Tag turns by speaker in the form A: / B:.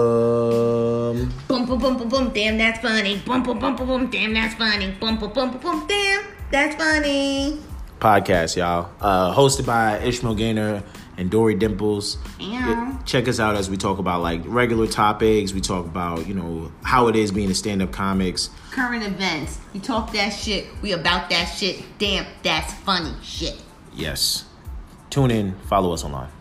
A: Welcome.
B: Boom, boom, boom, boom, boom, damn, that's funny. Boom, boom, boom, boom, boom, damn, that's funny. Boom, boom, boom, boom, boom, damn, that's funny.
A: podcast, y'all. Uh, hosted by Ishmael Gaynor and Dory Dimples.
B: Yeah.
A: Check us out as we talk about like regular topics. We talk about you know how it is being a stand-up comics.
B: Current events. We talk that shit. We about that shit. Damn, that's funny shit.
A: Yes. Tune in. Follow us online.